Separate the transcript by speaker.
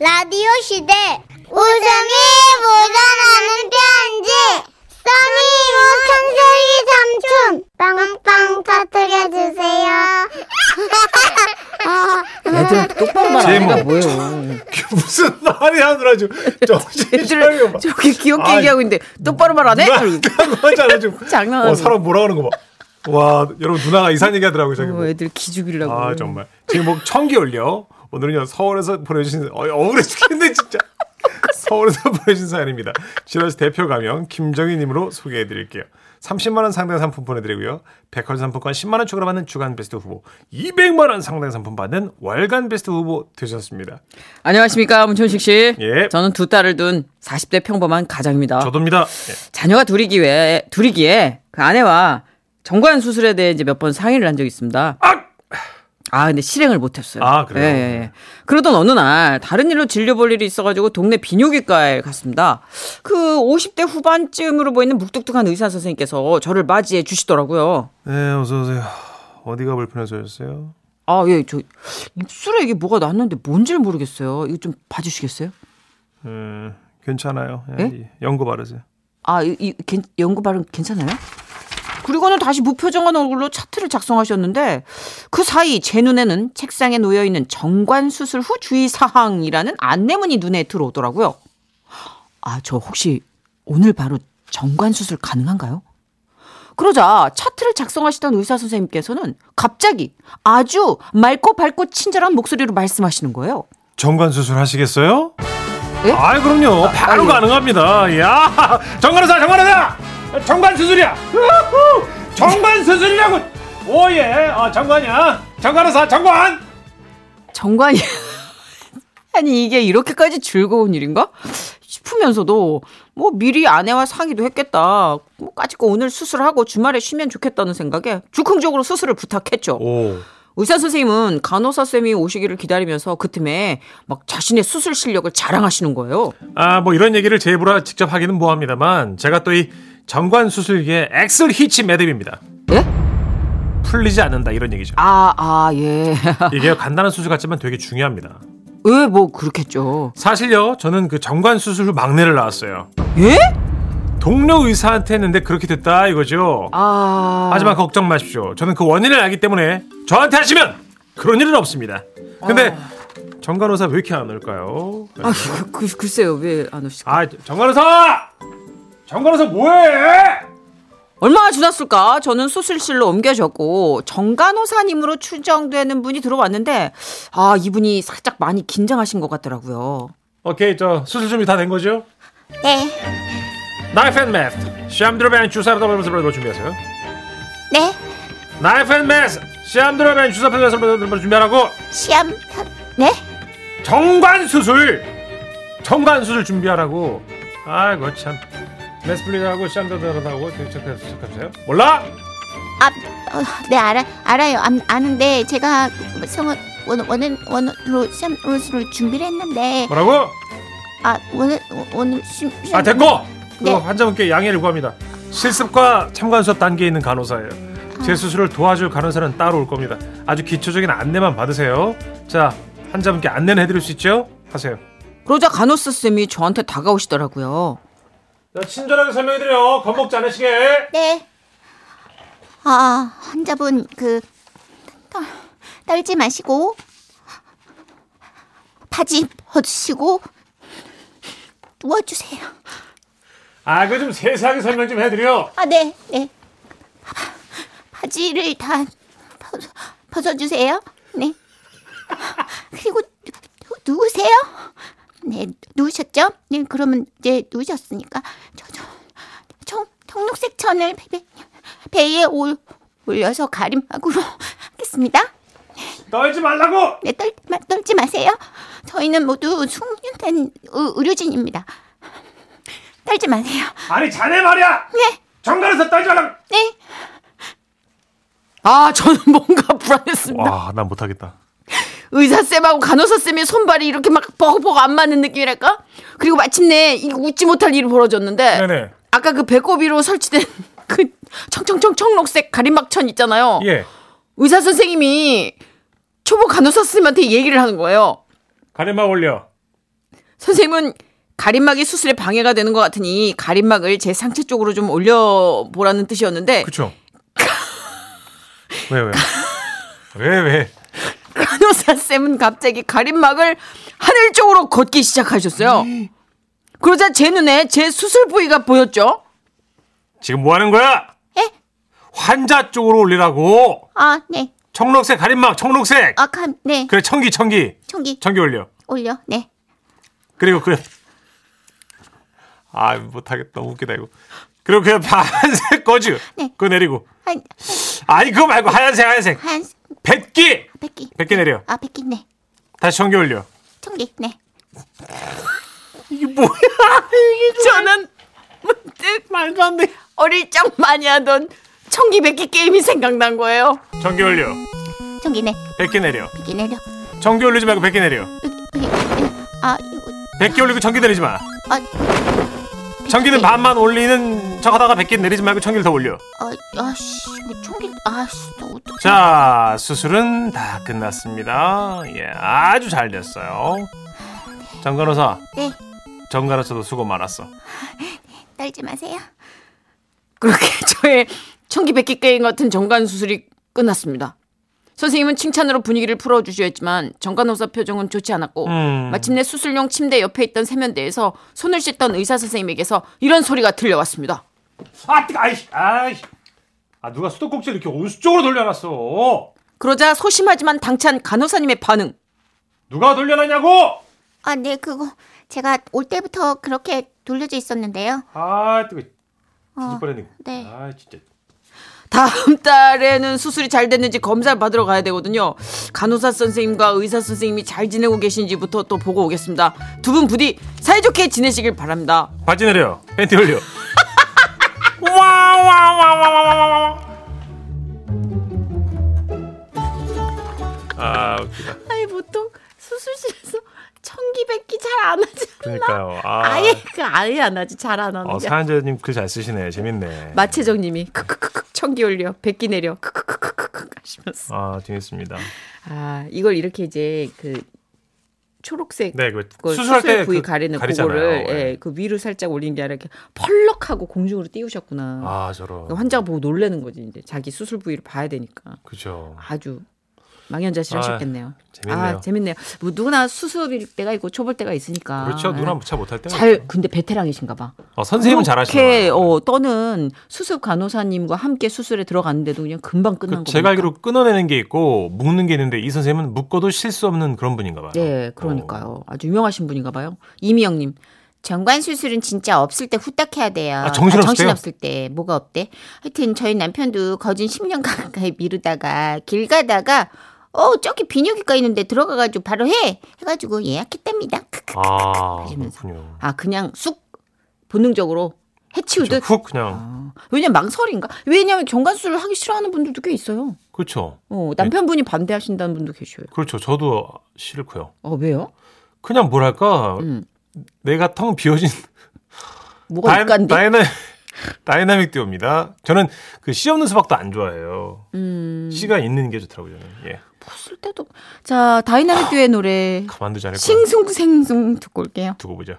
Speaker 1: 라디오 시대 웃음이 묻어나는 편지 써니 우천세기 삼촌 빵빵 터뜨려 주세요
Speaker 2: 애들 똑바로 말안
Speaker 3: 제목.
Speaker 2: 하니까 뭐예요.
Speaker 3: 무슨 말이야 누나 지금 정신 차려 봐.
Speaker 2: 저렇게 귀엽게
Speaker 3: 아, 뭐.
Speaker 2: 얘기하고 있는데 똑바로 말 안 해?
Speaker 3: 하잖아 지금.
Speaker 2: 장난하고.
Speaker 3: 어, 사람 뭐라 그러는 거 봐. 와 여러분 누나가 이상한 얘기하더라고요 저기. 뭐.
Speaker 2: 어, 애들 기죽이려고.
Speaker 3: 아 정말 제목 청기 올려 오늘은요 서울에서 보내주신 어, 억울해 죽겠네 진짜 서울에서 보내주신 사연입니다 지라시 대표 가명 김정희님으로 소개해드릴게요 30만원 상당 상품 보내드리고요 백화점 상품권 10만원 추가로 받는 주간 베스트 후보 200만원 상당 상품 받는 월간 베스트 후보 되셨습니다
Speaker 2: 안녕하십니까 문천식 씨.
Speaker 3: 예.
Speaker 2: 저는 두 딸을 둔 40대 평범한 가장입니다.
Speaker 3: 저도입니다 예.
Speaker 2: 자녀가 둘이기에 둘이기에 그 아내와 정관 수술에 대해 이제 몇 번 상의를 한 적이 있습니다. 아! 근데 실행을 못했어요.
Speaker 3: 아, 그래요?
Speaker 2: 예, 예, 예. 그러던 어느 날 다른 일로 진료볼 일이 있어가지고 동네 비뇨기과에 갔습니다. 그 50대 후반쯤으로 보이는 묵뚝뚝한 의사 선생님께서 저를 맞이해 주시더라고요.
Speaker 3: 네 어서오세요 어디가 불편해서셨어요
Speaker 2: 아, 예, 저 입술에 이게 뭐가 났는데 뭔지를 모르겠어요. 이거 좀 봐주시겠어요?
Speaker 3: 음, 괜찮아요 예,
Speaker 2: 예?
Speaker 3: 이- 연고 바르세요
Speaker 2: 아, 이, 이 괜- 연구 발음 괜찮아요? 그리고는 다시 무표정한 얼굴로 차트를 작성하셨는데 그 사이 제 눈에는 책상에 놓여 있는 정관 수술 후 주의 사항이라는 안내문이 눈에 들어오더라고요. 아, 저 혹시 오늘 바로 정관 수술 가능한가요? 그러자 차트를 작성하시던 의사 선생님께서는 갑자기 아주 맑고 밝고 친절한 목소리로 말씀하시는 거예요.
Speaker 3: 정관 수술 하시겠어요?
Speaker 2: 예?
Speaker 3: 아, 그럼요. 바로
Speaker 2: 아, 예.
Speaker 3: 가능합니다. 야, 정관 의사, 정관 의사, 정관 수술이야. 우후! 정관 수술이라고. 오예, 아, 정관이야. 정관 의사, 정관.
Speaker 2: 정관이 아니 이게 이렇게까지 즐거운 일인가 싶으면서도 뭐 미리 아내와 상의도 했겠다 뭐 까짓거 오늘 수술하고 주말에 쉬면 좋겠다는 생각에 즉흥적으로 수술을 부탁했죠
Speaker 3: 오,
Speaker 2: 의사 선생님은 간호사 쌤이 오시기를 기다리면서 그 틈에 막 자신의 수술 실력을 자랑하시는 거예요
Speaker 3: 아, 뭐 이런 얘기를 제 입으로 직접 하기는 뭐합니다만, 제가 또 이 정관 수술기의 엑셀 히치 매듭입니다.
Speaker 2: 예?
Speaker 3: 풀리지 않는다 이런 얘기죠.
Speaker 2: 아, 아아예왜 뭐
Speaker 3: 이게 간단한 수술 같지만 되게 중요합니다.
Speaker 2: 그렇겠죠
Speaker 3: 사실요, 저는 그 정관 수술 후 막내를 낳았어요.
Speaker 2: 예?
Speaker 3: 동료 의사한테 했는데 그렇게 됐다 이거죠.
Speaker 2: 아
Speaker 3: 하지만 걱정 마십시오. 저는 그 원인을 알기 때문에 저한테 하시면 그런 일은 없습니다. 근데 정간호사 왜 이렇게 안 올까요?
Speaker 2: 아 이거 글- 글쎄요 왜 안 오실까
Speaker 3: 아 정간호사! 정간호사 뭐해?
Speaker 2: 얼마나 지났을까? 저는 수술실로 옮겨졌고 정간호사님으로 추정되는 분이 들어왔는데 아 이분이 살짝 많이 긴장하신 것 같더라고요.
Speaker 3: 오케이 저 수술 준비 다 된 거죠?
Speaker 1: 네네
Speaker 3: 나이프 앤 매스 시암드로벤 주사 를 준비하세요.
Speaker 1: 네,
Speaker 3: 나이프 앤 매스 시암드로벤 주사 를 준비하라고
Speaker 1: 시험 네
Speaker 3: 정관 수술 정관 수술 준비하라고 아이고 참 메스플린하고 시암드로벤하고 체크해주세요. 몰라?
Speaker 1: 아, 어, 네 알아 알아요. 암, 아는데 제가 성원 원 원은 원으로 시험 로스를 준비를 했는데
Speaker 3: 뭐라고?
Speaker 1: 아 오늘 오늘 시험
Speaker 3: 아 됐고
Speaker 1: 네.
Speaker 3: 그 환자분께 양해를 구합니다 실습과 참관 수업 단계에 있는 간호사예요 제 수술을 도와줄 간호사는 따로 올 겁니다 아주 기초적인 안내만 받으세요 자 환자분께 안내는 해드릴 수 있죠 하세요
Speaker 2: 그러자 간호사 쌤이 저한테 다가오시더라고요.
Speaker 3: 자, 친절하게 설명해드려 겁먹지 않으시게
Speaker 1: 네. 아 환자분 그 떨, 떨지 마시고 바지 벗으시고 누워주세요.
Speaker 3: 아 그거 좀 세세하게 설명 좀 해드려
Speaker 1: 아 네 네. 바지를 다 벗, 벗어주세요. 네. 그리고 누, 누우세요. 네 누우셨죠? 네 그러면 이제 누우셨으니까 저저 청 청록색 천을 배, 배, 배에 올 올려서 가림막으로 하겠습니다.
Speaker 3: 떨지 말라고
Speaker 1: 네, 떨, 마, 떨지 마세요. 저희는 모두 숙련된 의- 의료진입니다. 떨지 마세요.
Speaker 3: 아니 자네 말이야
Speaker 1: 네,
Speaker 3: 정관에서 떨지 말라고
Speaker 1: 네.
Speaker 2: 아 저는 뭔가 불안했습니다.
Speaker 3: 와난 못하겠다
Speaker 2: 의사 쌤하고 간호사 쌤의 손발이 이렇게 막 버벅버벅 안 맞는 느낌이랄까? 그리고 마침내 이 웃지 못할 일이 벌어졌는데
Speaker 3: 네네.
Speaker 2: 아까 그 배꼽 위로 설치된 그 청청청 청록색 가림막천 있잖아요.
Speaker 3: 예
Speaker 2: 의사 선생님이 초보 간호사 선생님한테 얘기를 하는 거예요.
Speaker 3: 가래막 올려
Speaker 2: 선생님은 가림막이 수술에 방해가 되는 것 같으니 가림막을 제 상체 쪽으로 좀 올려보라는 뜻이었는데
Speaker 3: 그쵸? 왜, 왜? 왜, 왜?
Speaker 2: 간호사 쌤은 갑자기 가림막을 하늘 쪽으로 걷기 시작하셨어요. 그러자 제 눈에 제 수술 부위가 보였죠.
Speaker 3: 지금 뭐 하는 거야?
Speaker 1: 에?
Speaker 3: 환자 쪽으로 올리라고!
Speaker 1: 네. 아, 네.
Speaker 3: 청록색 가림막, 청록색!
Speaker 1: 아, 감, 네.
Speaker 3: 그래, 청기, 청기.
Speaker 1: 총기
Speaker 3: 청기 올려.
Speaker 1: 올려. 네.
Speaker 3: 그리고 그, 아, 못하겠다. 너무 웃기다, 이거. 그리고 그 파란색 거즈.
Speaker 1: 네.
Speaker 3: 그거 내리고.
Speaker 1: 한,
Speaker 3: 아니, 그거 말고 하얀색, 하얀색.
Speaker 1: 한,
Speaker 3: 백기!
Speaker 1: 백기.
Speaker 3: 백기 내려.
Speaker 1: 아, 백기, 네.
Speaker 3: 다시 청기 올려.
Speaker 1: 총기, 네.
Speaker 3: 이게 뭐야?
Speaker 2: 저는 문득 말도 안 돼. 어릴 적 많이 하던 청기백기 게임이 생각난 거예요.
Speaker 3: 청기 올려.
Speaker 1: 총기, 네.
Speaker 3: 백기 내려.
Speaker 1: 백기 내려.
Speaker 3: 청기 올리지 말고 백기 내려.
Speaker 1: 여기, 여기, 여기. 아, 이거,
Speaker 3: 백기 올리고 청기 내리지 마.
Speaker 1: 아,
Speaker 3: 청기는 반만 올리는 척하다가 백기 내리지 말고 청기를 더 올려.
Speaker 1: 아, 아, 씨, 이거 총기, 아, 씨, 너 어떡해.
Speaker 3: 자, 수술은 다 끝났습니다. 예, 아주 잘 됐어요. 정 간호사,
Speaker 1: 네,
Speaker 3: 정 간호사도 수고 많았어.
Speaker 1: 떨지 마세요.
Speaker 2: 그렇게 저의 청기백기 게임 같은 정관 수술이 끝났습니다. 선생님은 칭찬으로 분위기를 풀어주셔야 했지만 정간호사 표정은 좋지 않았고
Speaker 3: 음.
Speaker 2: 마침내 수술용 침대 옆에 있던 세면대에서 손을 씻던 의사 선생님에게서 이런 소리가 들려왔습니다.
Speaker 3: 아, 뜨거, 아이, 아이. 아, 누가 수도꼭지를 이렇게 온수 쪽으로 돌려놨어.
Speaker 2: 그러자 소심하지만 당찬 간호사님의 반응.
Speaker 3: 누가 돌려놨냐고?
Speaker 1: 아, 네, 그거 제가 올 때부터 그렇게 돌려져 있었는데요.
Speaker 3: 아, 뜨거,
Speaker 1: 어,
Speaker 3: 뒤집어내는.
Speaker 1: 네.
Speaker 3: 아, 진짜.
Speaker 2: 다음 달에는 수술이 잘 됐는지 검사를 받으러 가야 되거든요. 간호사 선생님과 의사 선생님이 잘 지내고 계신지부터 또 보고 오겠습니다. 두 분 부디 사이좋게 지내시길 바랍니다.
Speaker 3: 바지 내려. 팬티 올려. 와와와와와와와. 아, 웃기다.
Speaker 2: 아니 보통 수술실에서 청기백기 잘 안 하지
Speaker 3: 그러니까요. 아,
Speaker 2: 아예 그 아예 안 하지 잘 안 하는
Speaker 3: 어,
Speaker 2: 데
Speaker 3: 사연자님 글 잘 쓰시네. 재밌네.
Speaker 2: 마채정님이 크크크크 청기 올려 백기 내려 크크크크크 하시면서
Speaker 3: 아, 재밌습니다.
Speaker 2: 아 이걸 이렇게 이제 그 초록색
Speaker 3: 네, 그
Speaker 2: 그
Speaker 3: 수술할 때
Speaker 2: 수술 부위
Speaker 3: 그
Speaker 2: 가리는
Speaker 3: 가리잖아요.
Speaker 2: 그거를
Speaker 3: 예.
Speaker 2: 예, 그 위로 살짝 올린 게 아니라 이렇게 펄럭하고 공중으로 띄우셨구나. 그러니까
Speaker 3: 아, 저런.
Speaker 2: 환자 보고 놀라는 거지 이제 자기 수술 부위를 봐야 되니까
Speaker 3: 그죠.
Speaker 2: 아주 망연자실하셨겠네요.
Speaker 3: 재밌네요.
Speaker 2: 아, 재밌네요. 뭐 누구나 수술일 때가 있고 초볼 때가 있으니까
Speaker 3: 그렇죠.
Speaker 2: 예.
Speaker 3: 누나 무차 못할 때.
Speaker 2: 잘 근데 베테랑이신가 봐.
Speaker 3: 어, 선생님은
Speaker 2: 그렇게
Speaker 3: 잘하시네요.
Speaker 2: 어, 떠는 수습 간호사님과 함께 수술에 들어갔는데도 그냥 금방 끝난 거.
Speaker 3: 제가 알기로 끊어내는 게 있고 묶는 게 있는데 이 선생님은 묶어도 실수 없는 그런 분인가 봐요.
Speaker 2: 네,
Speaker 3: 어.
Speaker 2: 그러니까요. 아주 유명하신 분인가 봐요. 이미영님.
Speaker 1: 정관 수술은 진짜 없을 때 후딱 해야 돼요.
Speaker 3: 아, 정신 없을 때요?
Speaker 1: 없을 때 뭐가 없대? 하여튼 저희 남편도 거진 10년 가까이 미루다가 길 가다가 어 저기 비뇨기과 있는데 들어가가지고 바로 해 해가지고 예약했답니다. 크크.
Speaker 3: 아,
Speaker 2: 하시면서.
Speaker 3: 그렇군요.
Speaker 2: 아 그냥 쑥 본능적으로 해치우듯.
Speaker 3: 훅 그냥
Speaker 2: 아, 왜냐면 망설인가? 왜냐면 정관 수술을 하기 싫어하는 분들도 꽤 있어요.
Speaker 3: 그렇죠.
Speaker 2: 어, 남편분이 반대하신다는 분도 계셔요.
Speaker 3: 그렇죠. 저도 싫고요.
Speaker 2: 어, 왜요?
Speaker 3: 그냥 뭐랄까
Speaker 2: 음.
Speaker 3: 내가 텅 비어진
Speaker 2: 뭐가 일간데?
Speaker 3: 다이나 다이나믹 듀오입니다. 저는 그 씨 없는 수박도 안 좋아해요.
Speaker 2: 음,
Speaker 3: 씨가 있는 게 좋더라고요. 저는. 예,
Speaker 2: 쓸 때도 자 다이나믹 듀의 노래 아,
Speaker 3: 가만두지 않을 거야.
Speaker 2: 싱숭생숭 듣고 올게요.
Speaker 3: 두고 보자.